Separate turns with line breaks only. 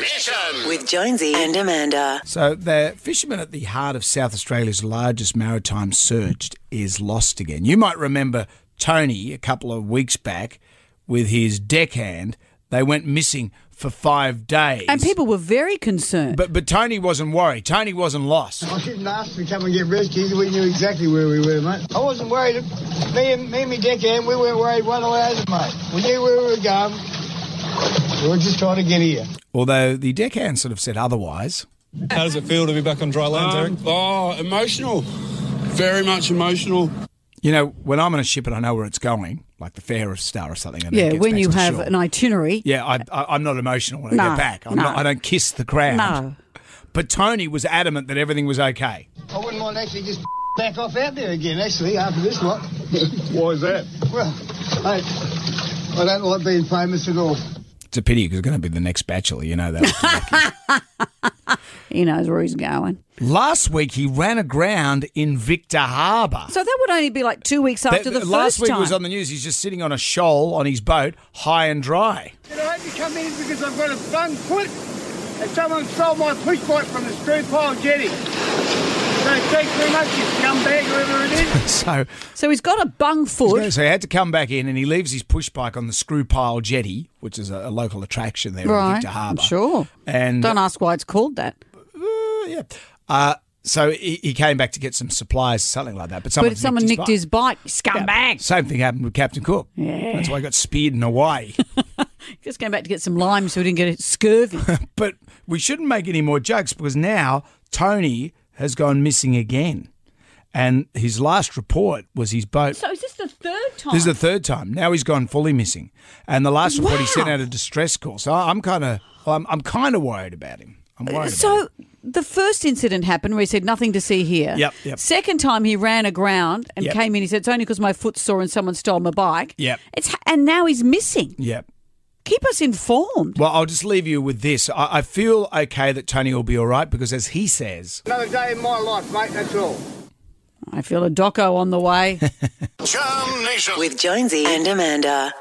Mission.
with Jonesy and Amanda.
So the fisherman at the heart of South Australia's largest maritime search is lost again. You might remember Tony a couple of weeks back with his deckhand. They went missing for five days.
And people were very concerned.
but but Tony wasn't worried. Tony wasn't lost.
I didn't ask to come and get rescued. We knew exactly where we were, mate. I wasn't worried. Me and me and my deckhand, we weren't worried one iota, mate. We knew where we were going. We were just trying to get here.
Although the deckhand sort of said otherwise.
How does it feel to be back on dry land, Derek?
Oh, emotional. Very much emotional.
You know, when I'm on a ship and I know where it's going, like the Ferris Star or something. And it
yeah,
gets
when
back
you
to
have
shore.
an itinerary.
Yeah, I, I, I'm not emotional when I
No,
get back. I'm
no.
not, I don't kiss the crowd.
No.
But Tony was adamant that everything was okay.
I wouldn't mind actually just back off out there again, actually, after this lot.
Why is that?
well, mate, I don't like being famous at all.
It's a pity because it's going to be the next Bachelor, you know that.
He knows where he's going.
Last week he ran aground in Victor Harbour.
So that would only be like two weeks after
That-
the
last
first
week
time.
was on the news. He's just sitting on a shoal on his boat, high and dry.
And I hope you come in because I've got a bung foot and someone stole my push bike from the screw pile jetty. So thanks very much, you scumbag, whoever it is.
So,
so he's got a bung foot.
so he had to come back in, and he leaves his push bike on the Screw Pile jetty, which is a, a local attraction there in
Right.
Victor
I'm
Harbour.
sure.
And
Don't ask why it's called that.
Uh, yeah. Uh, so he, he came back to get some supplies, something like that. But someone
But if someone nicked his bike, scumbag.
Same thing happened with Captain Cook. Yeah. That's why he got speared in Hawaii.
Just came back to get some lime so he didn't get scurvy.
but we shouldn't make any more jokes because now Tony has gone missing again. And his last report was his boat.
so is this the third time?
this is the third time. Now he's gone fully missing. And the last report he sent
Wow.
out a distress call. So I'm kind of I'm, I'm kind of worried about him. I'm worried about him.
so the first incident happened where he said nothing to see here.
Yep, yep.
Second time he ran aground and
Yep.
came in. He said it's only because my foot sore and someone stole my bike.
Yep.
It's and now he's missing.
Yeah.
Keep us informed.
Well, I'll just leave you with this. I, I feel okay that Tony will be all right because, as he says,
Another day in my life, mate, that's all.
I feel a doco on the way.
Jam Nation.
With Jonesy and Amanda.